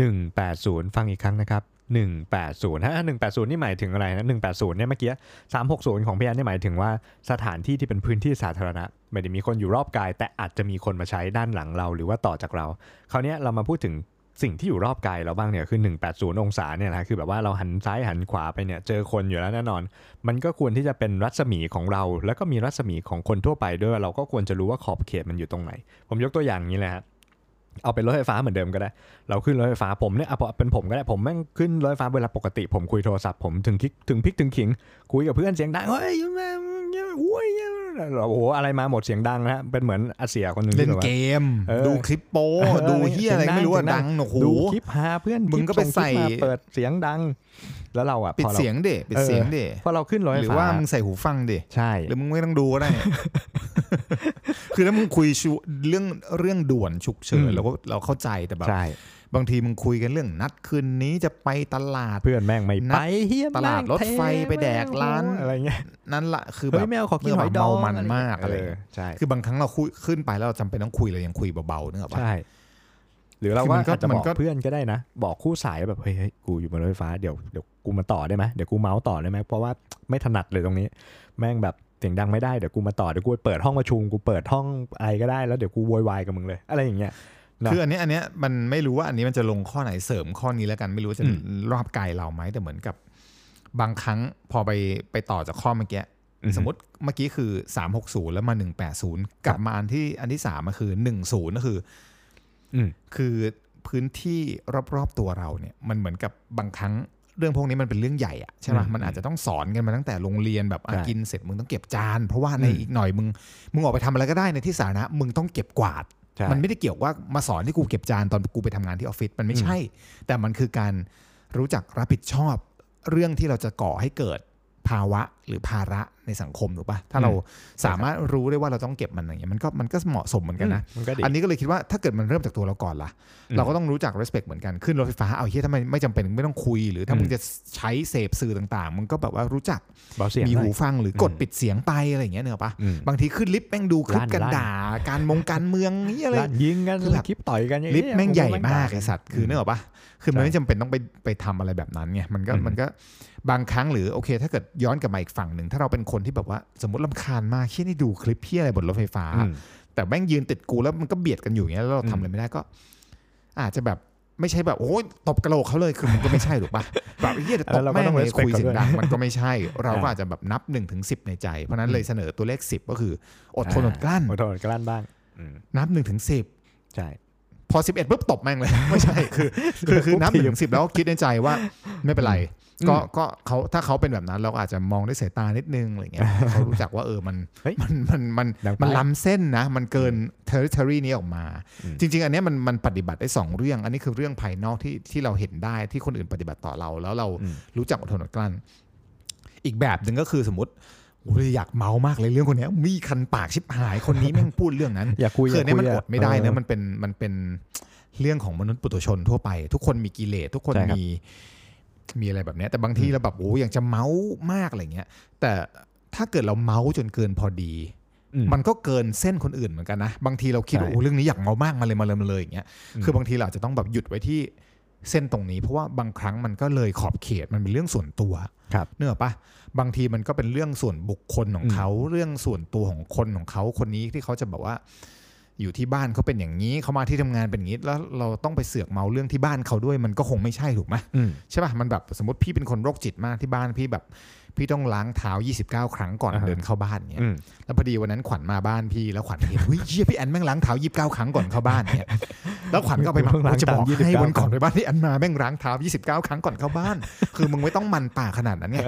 180 ฟังอีกครั้งนะครับ 180ฮะ180 นี่หมายถึงอะไรนะ 180 เนี่ยเมื่อกี้ 360 ของพี่แอนนี่หมายถึงว่าสถานที่ที่เป็นพื้นที่สาธารณะ ไม่ได้มีคนอยู่รอบกาย แต่อาจจะมีคนมาใช้ด้านหลังเราหรือว่าต่อจากเรา คราวเนี้ยเรามาพูดถึงสิ่งที่อยู่รอบกายเราบ้างเนี่ยคือ 180 องศาเนี่ยนะคือแบบว่าเราหันซ้ายหันขวาไปเนี่ยเจอคนอยู่แล้วแน่นอน มันก็ควรที่จะเป็นรัศมีของเรา แล้วก็มีรัศมีของคนทั่วไปด้วยว่าเราก็ควรจะรู้ว่าขอบเขตมันอยู่ตรงไหน ผมยกตัวอย่างนี้เลยฮะ เอาเป็นรถไฟฟ้าเหมือนเดิมก็ได้ เราขึ้นรถไฟฟ้าผมเนี่ยเอาเป็นผมก็ได้ ผมแม่งขึ้นรถไฟฟ้าเวลาปกติ ผมคุยโทรศัพท์ผมถึงคิกถึงพริกถึงขิง คุยกับเพื่อนเสียงดัง เฮ้ยแม่งโอ้ยโอ้โห อะไรมาหมดเสียงดังนะฮะ เป็นเหมือนอาเซียคนหนึ่ง 2 เล่ ที่ น แบบว่า เกม เออ ดูคลิปโป้ เออ ดูเฮียอะไร เสียงดัง ไม่รู้ว่า เสียงดั ดั ง งโอ้โห ดูคลิปหาเพื่อน มึงก็ไป คลิส่งคลิ ใส่ มาเปิดเสียงดัง แล้วเราอ่ะ ปิด พอรา เสียงเดะปิดเสียงเดะ พอเราขึ้นรถไฟ หรือ ฟ้า ว่ามึงใส่หูฟังเดะ ใช่ หรือมึงไม่ต้องดู ก็ได้ คือถ้ามึงคุยชูเรื่องเรื่องด่วนฉุกเฉิน อืม เราก็เราเข้าใจแต่แบบ ใช่ บางทีมึงคุยกันเรื่องนัดคืนนี้จะไปตลาด เพื่อนแม่งไม่ นั ไป ด เฮีย ตลาด แม่ง รถไฟ เท ไปแดกร้าน อะไรเงี้ย นั่นละคือแบ เฮ้ย บ แมวขอกิน เมื่อ ห แบ อย บ ดอง เมามันมาก เ อะไรเงี้ย ใช่ คือบางครั้งเราคุยขึ้นไปแล้วเราจำเป็นต้องคุยเรายังคุยเบาๆนึกออกปะ ใช่หรือเรา คือ ก็ มันก็ อาจจะ มั บ น อก ก็ เพื่อนก็ได้นะ บอกคู่สายแบบเฮ้ยเฮ้ยกูอยู่บนรถไฟฟ้าเดี๋ยวเดี๋ยวกูมาต่อได้ไหมเดี๋ยวกูเมาส์ต่อได้ไหมเพราะว่าไม่ถนัดเลยตรงนี้ แม่งแบบเสียงดังไม่ได้เดี๋ยวกูมาต่อเดี๋ยวกูไปเปิดห้องประชุมกูเปิดห้องอะไรก็ได้แล้วเดี๋ยวกูโวยวายกับมึงเลย อะไรอย่างเงี้ย นะ คืออันเนี้ยอันเนี้ยมันไม่รู้ว่าอันนี้มันจะลงข้อไหนเสริมข้อนี้แล้วกันไม่รู้ว่าจะ อืม รอบกายเราไหมแต่เหมือนกับ บางครั้งพอไปไปต่อจากข้อเมื่อกี้สมมติเมื่อกี้คือ 360 แล้วมา 180 กลับมาอันที่อันที่สามมาคือ 10ก็คือ อืม คือพื้นที่รอบๆตัวเราเนี่ยมันเหมือนกับบางครั้งเรื่องพวกนี้มันเป็นเรื่องใหญ่อะใช่ไหม อืม มันอาจจะต้องสอนกันมาตั้งแต่โรงเรียนแบบอ่ะ ใช่ กินเสร็จมึงต้องเก็บจาน เพราะว่าใน อืม อีกหน่อยมึงมึงออกไปทำอะไรก็ได้ในที่สาธารณะมึงต้องเก็บกวาด ใช่ มันไม่ได้เกี่ยวว่ามาสอนที่กูเก็บจานตอนกูไปทำงานที่ออฟฟิศมันไม่ใช่ แต่มันคือการรู้จักรับผิดชอบเรื่องที่เราจะก่อให้เกิดภาวะหรือภาระในสังคมถูกปะถ้าเราสามารถรู้ได้ว่าเราต้องเก็บมันอย่างเงี้ยมันก็มันก็เหมาะสมเหมือนกันนะ อืมมันก็ดี อันนี้ก็เลยคิดว่าถ้าเกิดมันเริ่มจากตัวเราก่อนล่ะ อืม เราก็ต้องรู้จัก respect เหมือนกันขึ้นรถไฟฟ้าเอาเฮียถ้ามันไม่จำเป็นไม่ต้องคุย หรือถ้า อืม มึงจะใช้เสพสื่อต่างๆมึงก็แบบว่ารู้จัก เบาเสียง มี หน่อ หู ย ฟังหรือกดปิดเสียงไปอะไรอย่างเงี้ยเนอะปะ อืม บางทีขึ้นลิฟต์แม่งดูคลิป ลั่น กัน ลั่น ด่าการมงการเมืองเหียอะไร ลั่นยิงกัน คือแบบ คลิปต่อยกัน ลิฟต์แม่งใหญ่ โอ้โ มากไอสัตว์คือเนกอะปะคือมันไม่จำเป็นต้องไปไปทำอะไรแบบนั้นไงมันก็ อืม มันก็บางครั้งหรือโอเค ถ้าเกิดย้อนกลับมาอีกฝั่งหนึ่งถ้าเราเป็นคนที่แบบว่าสมมติลำคาญมากเชี่ยนี่ดูคลิปเพี้ยอะไรบนรถไฟฟ้า อืม แต่แม่งยืนติดกูแล้วมันก็เบียดกันอยู่อย่างเงี้ยแล้วเรา อืม ทำอะไรไม่ได้ก็ อาจจะแบบไม่ใช่แบบโอ้ยตบกระโหลกเขาเลยคือมันก็ไม่ใช่ถูกปะแบบเฮียเดี๋ยวตบแม่งเลยคุยเสียงดังมันก็ไม่ใช่ เราก็อาจจะแบบนับ1นถึงสิในใจ เพราะฉะนั้นเลยเสนอตัวเลข 10 ก็คือ อดทนอดกลั้น อดทนอดกลั้นบ้างอืม นับ1นถึงสิ ใช่ พอ 11ปุ๊บตบแม่งเลย ไม่ใช่ คือคือคือนับหนึ่งถึงสิแล้วก็คิดในใจว่าไม่เป็นไร อืม ก็ก็เขาถ้าเขาเป็นแบบนั้นเราก็อาจจะมองด้วยสายตานิดนึงอะไรเงี้ ยเขารู้จักว่าเออมัน เฮ้ย มันมันมัน ดังไป มันล้ำเส้นนะ มันเกิน territory นี้ออกมา อืม จริง ๆ อันเนี้ยมันมันปฏิบัติได้ 2 เรื่อง อันนี้คือเรื่องภายนอกที่ที่เราเห็นได้ที่คนอื่นปฏิบัติต่อเรา แล้วเรา อืม รู้จักอดทนอดกลั้น อีกแบบหนึ่งก็คือสมมติโอ้ยอยากเมามากเลยเรื่องคนเนี้ยมีคันปากชิบหายคนนี้แม่งพูดเรื่องนั้น อย่าคุย คืออนเนี้ยมัน ย่า อ คุย ดไม่ได้นะ เออ มันเป็นมันเป็นเรื่องของมนุษย์ปุถุชนทั่วไป ทุกคนมีกิเลสทุกคน ใช่ครับ มีมีอะไรแบบเนี้ยแต่บางทีเราแบบโอ้ยอยากจะเมามากอะไรเงี้ย แต่ถ้าเกิดเราเมาจนเกินพอดี อืม มันก็เกินเส้นคนอื่นเหมือนกันนะ บางทีเราคิดว่า ใช่ โอ้เรื่องนี้อยากเมามากมาเลยมาเลยมาเลยอย่างเงี้ย อืม คือบางทีเราอาจจะต้องแบบหยุดไว้ที่เส้นตรงนี้ เพราะว่าบางครั้งมันก็เลยขอบเขตมันเป็นเรื่องส่วนตัว ครับ เนื้ออกปะบางทีมันก็เป็นเรื่องส่วนบุคคลของ อืม เขาเรื่องส่วนตัวของคนของเขาคนนี้ที่เขาจะแบบว่า อยู่ที่บ้านเขาเป็นอย่างนี้เขามาที่ทำงานเป็นอย่างนี้ แล้วเราต้องไปเสือกเมาเรื่องที่บ้านเขาด้วยมันก็คงไม่ใช่ถูกไหม อืม ใช่ปะมันแบบสมมติพี่เป็นคนโรคจิตมากที่บ้านพี่แบบ พี่ต้องล้างเท้า 29 ครั้งก่อน อ่าฮะ เดินเข้าบ้านเนี่ย อืม แล้วพอดีวันนั้นขวัญมาบ้านพี่แล้วขวัญเห็นเฮ้ยเชี่ย พี่แอนแม่งล้างเท้ายีิบเก้า29 ครั้งก่อนเข้าบ้าน เนี่ยแล้วขวัญก็เอาไป เพิ่งล้าง มาจะบอก เท้า ให้ 29 วันก่อนไปบ้านที่แอนมาแม่งล้างเท้ายี่สิบเก้า29 ครั้งก่อนเข้าบ้าน คือมึงไม่ต้องมันป่ากขนาดนั้ นไง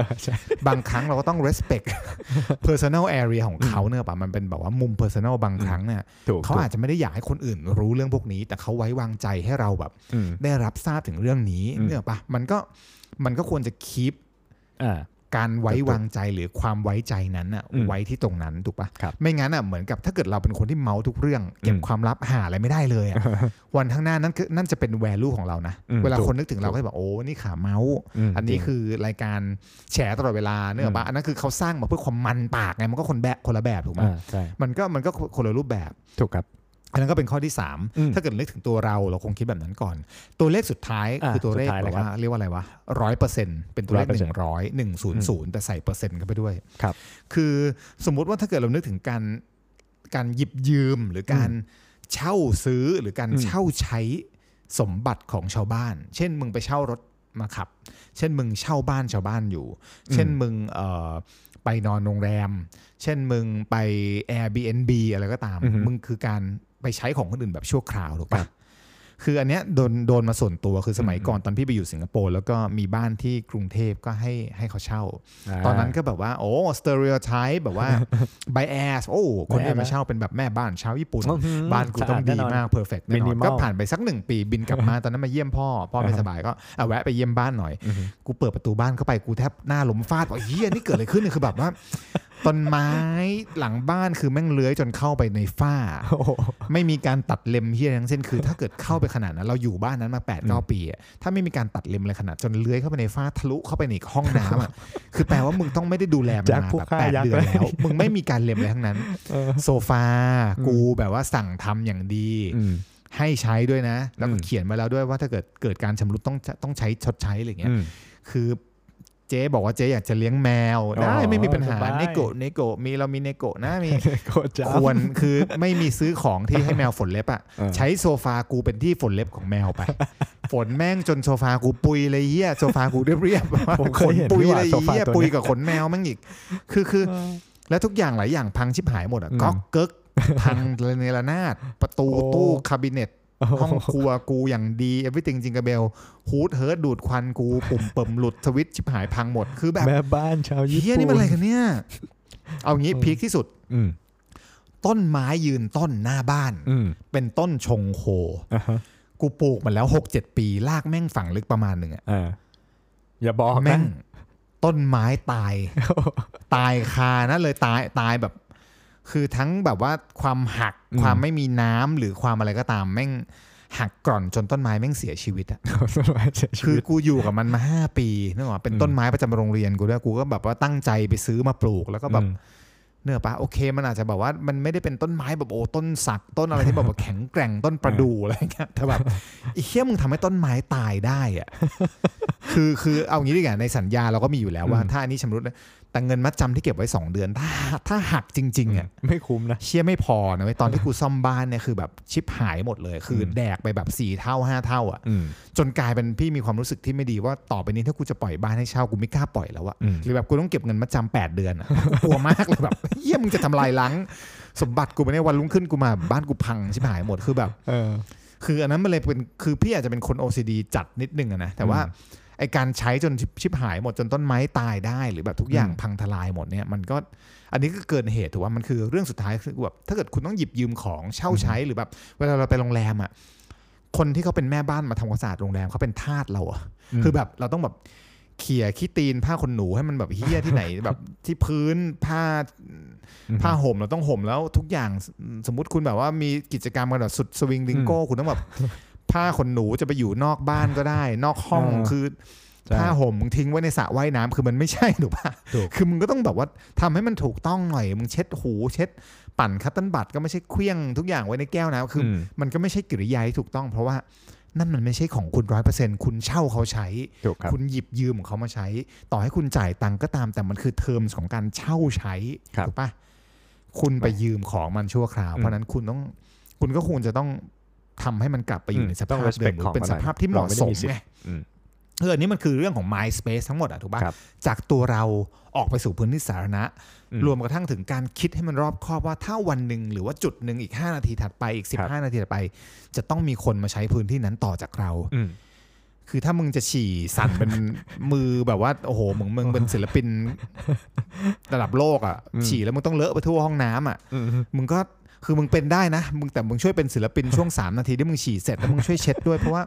บางครั้งเราก็ต้อง respect personal area ของเขาเนอะป่ะมันเป็นแบบว่ามุม personal บางครั้งเนี่ย ถูก เขาอาจจะไม่ได้อยากให้คนอื่นรู้เรื่องพวกนี้ แต่เขาไว้วางใจให้เราแบบ อืม ได้รับทราบถึงเรื่องนี้ อืม เนอะป่ะมันก็มันก็ควรจะคีป อ่า การไว้วางใจหรือความไว้ใจนั้นอะ อืม ไว้ที่ตรงนั้นถูกป่ะ ครับ ไม่งั้นอ่ะเหมือนกับถ้าเกิดเราเป็นคนที่เมาทุกเรื่อง เก็บ อืม ความลับหาอะไรไม่ได้เลยอะ วันข้างหน้านั่นคือนั่นจะเป็นแวลูของเรานะ อืม เวลา ถูก คนนึกถึงเราก็จะบอกโอ้นี่ขาเมาส์ ม อันจนี้ริง คือรายการแฉตลอดเวลาเนกอะปะอันนั้นคือเขาสร้างมาเพื่อความมันปากไงมันก็คนแบบคนละแบบถูกไหม อ่าใช่ มันก็มันก็คนละรูปแบบ ถูกครับ อันนั้นก็เป็นข้อที่ อืม 3 ถ้าเกิดนึกถึงตัวเราเราคงคิดแบบนั้นก่อน ตัวเลขสุดท้าย อ่ะ คือตัวเลข สุดท้าย แบ เลย บ ครับ ว่าเรียกว่าอะไรวะร้อยเปอร์เซ็นต์เป็นตัวเลข100%หนึ่งร้อยหนึ่งศูนย์ศูนย์แต่ใส่เปอร์เซ็นต์เข้าไปด้วย ครับ คือสมมุติว่าถ้าเกิดเรานึกถึงการการหยิบยืมหรือการเช่าซื้อหรือการ อืม เช่าใช้สมบัติของชาวบ้าน เช่นมึงไปเช่ารถมาขับ เช่นมึงเช่าบ้านชาวบ้านอยู่ อืม เช่นมึงเอ่อไปนอนโรงแรม เช่นมึงไป Airbnb อะไรก็ตาม อือฮึ มึงคือการไปใช้ของคนอื่นแบบชั่วคราวถูก ครั ปะ บ คืออันเนี้ยโดนโดนมาส่วนตัวคือสมัย อืม ก่อนตอนพี่ไปอยู่สิงคโปร์แล้วก็มีบ้านที่กรุงเทพก็ให้ให้เขาเช่า ตอนนั้นก็แบบว่า โอ้สเตอริโอไทป์แบบ ว่า ไบแอสโอ้ คนอื่นมาเช่าเป็นแบบแม่บ้านชาวญี่ปุ่น อื้อหือ บ้านกูต้องดี สะอาดแน่นอน มากเพอร์เฟกต์แน่นอน Minimal ก็ผ่านไปสักหนึ่งปีบินกลับมา ตอนนั้นมาเยี่ยมพ่อ พ่อไม่สบายก็อ่ะแวะไปเยี่ยมบ้านหน่อย อือหือ กูเปิดประตูบ้านเข้าไปกูแทบหน้าล้มฟาดบอกเฮียนี่เกิดอะไรขึ้นเนี่ยคือแบบว่าต้นไม้หลังบ้านคือแม่งเลื้อยจนเข้าไปในฝ้า โอ้โห ไม่มีการตัดเล็มเฮียอะไรทั้งเส้นคือ ถ้าเกิดเข้าไปขนาดนั้นเราอยู่บ้านนั้นมา8ปดเปีอะถ้าไม่มีการตัดเล็มอะไรขนาดจนเลื้อยเข้าไปในฝ้าทะลุเข้าไปในอีกห้องน้ำอะคือแปลว่ามึงต้องไม่ได้ดูแลมัน จาก มา ผู้ แบบ ฆ่า แปด ยักษ์ เดือน เลย แล้ว มึงไม่มีการเล็มอะไรทั้งนั้น เออ โซฟากูแบบว่าสั่งทำอย่างดี อืม ให้ใช้ด้วยนะ แล้วก็ อืม เขียนมาแล้วด้วยว่าถ้าเกิดเกิดการชำรุดต้องต้องใช้ชดใช้อะไรอย่างเงี้ย อืม คือเจ๊บอกว่าเจ๊อยากจะเลี้ยงแมว อ๋อ ได้ไม่มีปัญหา สบาย เนโกะเนโกะมีเรามีเนโกะนะมี โคตรจ้า ควรคือไม่มีซื้อของที่ให้แมวฝนเล็บอ่ะ เออ ใช้โซฟากูเป็นที่ฝนเล็บของแมวไป ฝนแม่งจนโซฟากูปุยเลยเหี้ยโซฟากูเรียบเรียบผๆมเค ข ย น เห็น ปุย นี่ห เล ว่าย โซฟา เหี้ย ตัว ปุย เนี้ย กับขนแมวมั่งอีก คือคือ แล้วทุกอย่างหลายอย่างพังชิบหายหมดอ่ะ อืม ก๊อกเกิ๊กพังระเนระนาดประตู โอ้ ตู้คาบิเนต ห้อง โโ ครัวกูอย่างดี everything จิงกระเบลฮูดเฮิร์ดดูดควันกูปุ่มเปิมหลุดสวิตช์ชิบหายพังหมดคือแบบ แม่บ้านชาวญี่ปุ่น เฮียนี่มันอะไรกันเนี่ย เอางี้พีคที่สุด อืม ต้นไม้ยืนต้นหน้าบ้าน อืม เป็นต้นชงโค อ่าฮะ กูปลูกมันแล้วหกเจ็ดปีลากแม่งฝังลึกประมาณหนึ่งอะ อ่าอย่าบอก แม่ นะ งต้นไม้ ตาย ตายคานะเลยตายตายแบบ คือทั้งแบบว่าความหัก อืม ความไม่มีน้ำหรือความอะไรก็ตามแม่งหักกร่อนจนต้นไม้แม่งเสียชีวิตอะ ต้นไม้เสียชี คือ วิต กูอยู่กับมันมาห้าปีนึกออกปะเป็น อืม ต้นไม้ประจำโรงเรียนกูด้วยกูก็แบบว่าตั้งใจไปซื้อมาปลูกแล้วก็แบบ อืม เนื้ออกปะโอเคมันอาจจะแบบว่ามันไม่ได้เป็นต้นไม้แบบโอ้ต้นสักต้นอะไรที่แบบว่า แข็งแก ร่งต้นประดู่อะไรเงี้ยแต่แบบ ไอ้เฮี้ยมึงทำให้ต้นไม้ตายได้อ่ะ คือคือเอางี้ดีกว่าในสัญญาเราก็มีอยู่แล้วว่า อืม ถ้าอันนี้ชำรุดนะแต่เงินมัดจำที่เก็บไว้ 2 เดือน ถ้าถ้าหักจริงๆอ่ะ ไม่คุ้มนะ เชี่ยไม่พอนะเว้ยตอนที่กูซ่อมบ้านเนี่ยคือแบบชิปหายหมดเลย คืออ ม แดกไปแบบ4เท่า5เท่าอ่ะ อืม จนกลายเป็นพี่มีความรู้สึกที่ไม่ดีว่าต่อไปนี้ถ้ากูจะปล่อยบ้านให้เช่ากูไม่กล้าปล่อยแล้วอะ อืม หรือแบบกูต้องเก็บเงินมาจำแปดเดือนอะกูกลัวมากเลยแบบ เยี่ยมึงจะทำลายล้างสมบัติกูไปเนี่ยวันรุ่งขึ้นกูมาบ้านกูพังชิบหายหมดคือแบบ เออ คืออันนั้นมันเลยเป็นคือพี่อาจจะเป็นคน OCD จัดนิดนึงอะนะแต่ว่า อืม ไอการใช้จนชิบชิบหายหมดจนต้นไม้ตายได้ หรือแบบทุกอย่าง อืม พังทลายหมดเนี่ยมันก็อันนี้ก็เกินเหตุถือว่ามันคือเรื่องสุดท้ายคือแบบถ้าเกิดคุณต้องหยิบยืมของเช่าใช้หรือแบบเวลาเราไปโรงแรมอะคนที่เขาเป็นแม่บ้านมาทำความสะอาดโรงแรมเขาเป็นทาสเราอะ คือแบบเราต้องแบบเขี่ยขี้ตีนผ้าขนหนูให้มันแบบเฮี้ยที่ ไหน แบบที่พื้นผ้า อืม ผ้าห่มเราต้องห่มแล้วทุกอย่างสสมมติคุณแบบว่ามีกิจกรรมกันแบบสุดสวิงดิงโก้คุณต้องแบบ ผ้าขนหนูจะไปอยู่นอกบ้านก็ได้ นอกห้อง เออ คือ ใช่ ผ้าห่มมึงทิ้งไว้ในสระว่ายน้ำคือมันไม่ใช่ถูกปะ ถูก คือมึงก็ต้องแบบว่าทำให้มันถูกต้องหน่อยมึงเช็ดหูเช็ดปั่นคัตเตันบัตก็ไม่ใช่เคลี้ยงทุกอย่างไว้ในแก้วน้ำคืออ ม มันก็ไม่ใช่กิริยาที่ถูกต้อง เพราะว่านั่นมันไม่ใช่ของคุณร้อยเปอร์เซ็นต์คุณเช่าเขาใช้ ถูกครับ คุณหยิบยืมของเขามาใช้ ต่อให้คุณจ่ายตังค์ก็ตาม แต่มันคือเทอมของการเช่าใช้ ครับ ถูกปะคุณไปยืมของมันชั่วคราว เพราะฉะนั้นคุณต้องคุณก็ควรจะต้องทำให้มันกลับไปอยู่ในส ต้อ ภาง พ respect เดิมหรือเป็นสภาพที่เหมาะสมไง อืม เอออนนี่มันคือเรื่องของ mind space ทั้งหมดอะถูกปะ ครับ จากตัวเราออกไปสู่พื้นที่สาธารณะ อืม รวมกระทั่งถึงการคิดให้มันรอบคอบว่าถ้าวันหนึ่งหรือว่าจุดหนึ่งอีก 5 นาทีถัดไปอีก ครับ 15 นาทีถัดไป จะต้องมีคนมาใช้พื้นที่นั้นต่อจากเรา อืม คือถ้ามึงจะฉี่สั่นเป็น มือแบบว่าโอ้โหมึงมึงเป็นศิลปินระดับโลกอ่ะ อืม ฉี่แล้วมึงต้องเลอะไปทั่วห้องน้ำอ่ะ อืม มึงก็คือมึงเป็นได้นะมึงแต่มึงช่วยเป็นศิล ปินช่วง 3 นาทีที่มึงฉี่เสร็จแล้วมึงช่วยเช็ดด้วย เพราะว่า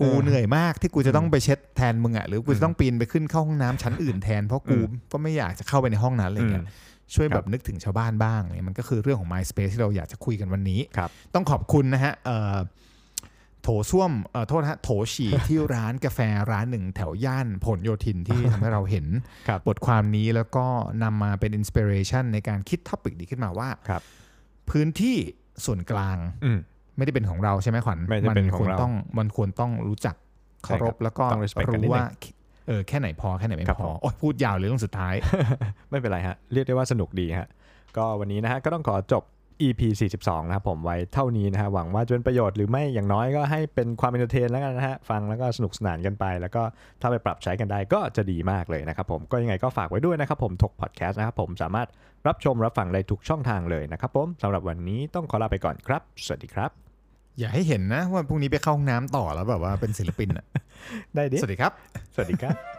กู เออ เหนื่อยมากที่กูจะต้องไปเช็ดแทนมึงอ่ะหรือกูจะต้องปีนไปขึ้นเข้าห้องน้ำชั้นอื่นแทนเพราะกูก็ไม่อยากจะเข้าไปในห้องนั้นอะไรเงี้ยช่วยแบบนึกถึงชาวบ้านบ้างเนี่ยมันก็คือเรื่องของ MySpace ที่เราอยากจะคุยกันวันนี้ ครับ ต้องขอบคุณนะฮะเอ่อโถส้วมเอ่อโทษนะฮะโถฉี่ ที่ร้านกาแฟร้านหนึ่งแถวย่านผลโยธินที่ทำให้เราเห็น ครับ บทความนี้แล้วก็นำมาเป็นอินสปิเรชันในการคิดท็อปิกดีขึ้นมาว่า ครับ พื้นที่ส่วนกลาง อืม ไม่ได้เป็นของเราใช่ไหมขวัญ ไม่ได้เป็นของ ควร เรา ต้องมันควรต้องรู้จักเคารพ ใช่ครับ แล้วก็ ต้อง respect กันนิดรู้นึง ว่าเออแค่ไหนพอแค่ไหนไม่ ครับ พ ผ อ ม โอยพูดยาวเลยเรื่องสุดท้าย ไม่เป็นไรฮะ เรียกได้ว่าสนุกดีฮะ ก็วันนี้นะฮะ ก็ต้องขอจบ EP 42 นะครับผมไว้เท่านี้นะฮะ หวังว่าจะเป็นประโยชน์หรือไม่อย่างน้อยก็ให้เป็นความเอนเตอร์เทนแล้วกันนะฮะ ฟังแล้วก็สนุกสนานกันไป แล้วก็ถ้าไปปรับใช้กันได้ก็จะดีมากเลยนะครับผมก็ยังไงก็ฝากไว้ด้วยนะครับผมทกพอดแคสต์นะครับผมสามารถรับชมรับฟังได้ทุกช่องทางเลยนะครับผมสำหรับวันนี้ต้องขอลาไปก่อนครับ สวัสดีครับ อย่าให้เห็นนะว่าพรุ่งนี้ไปเข้าห้องน้ำต่อแล้วแบบว่าเป็นศิลปินอะ ได้ดิ สวัสดีครับ สวัสดีครับ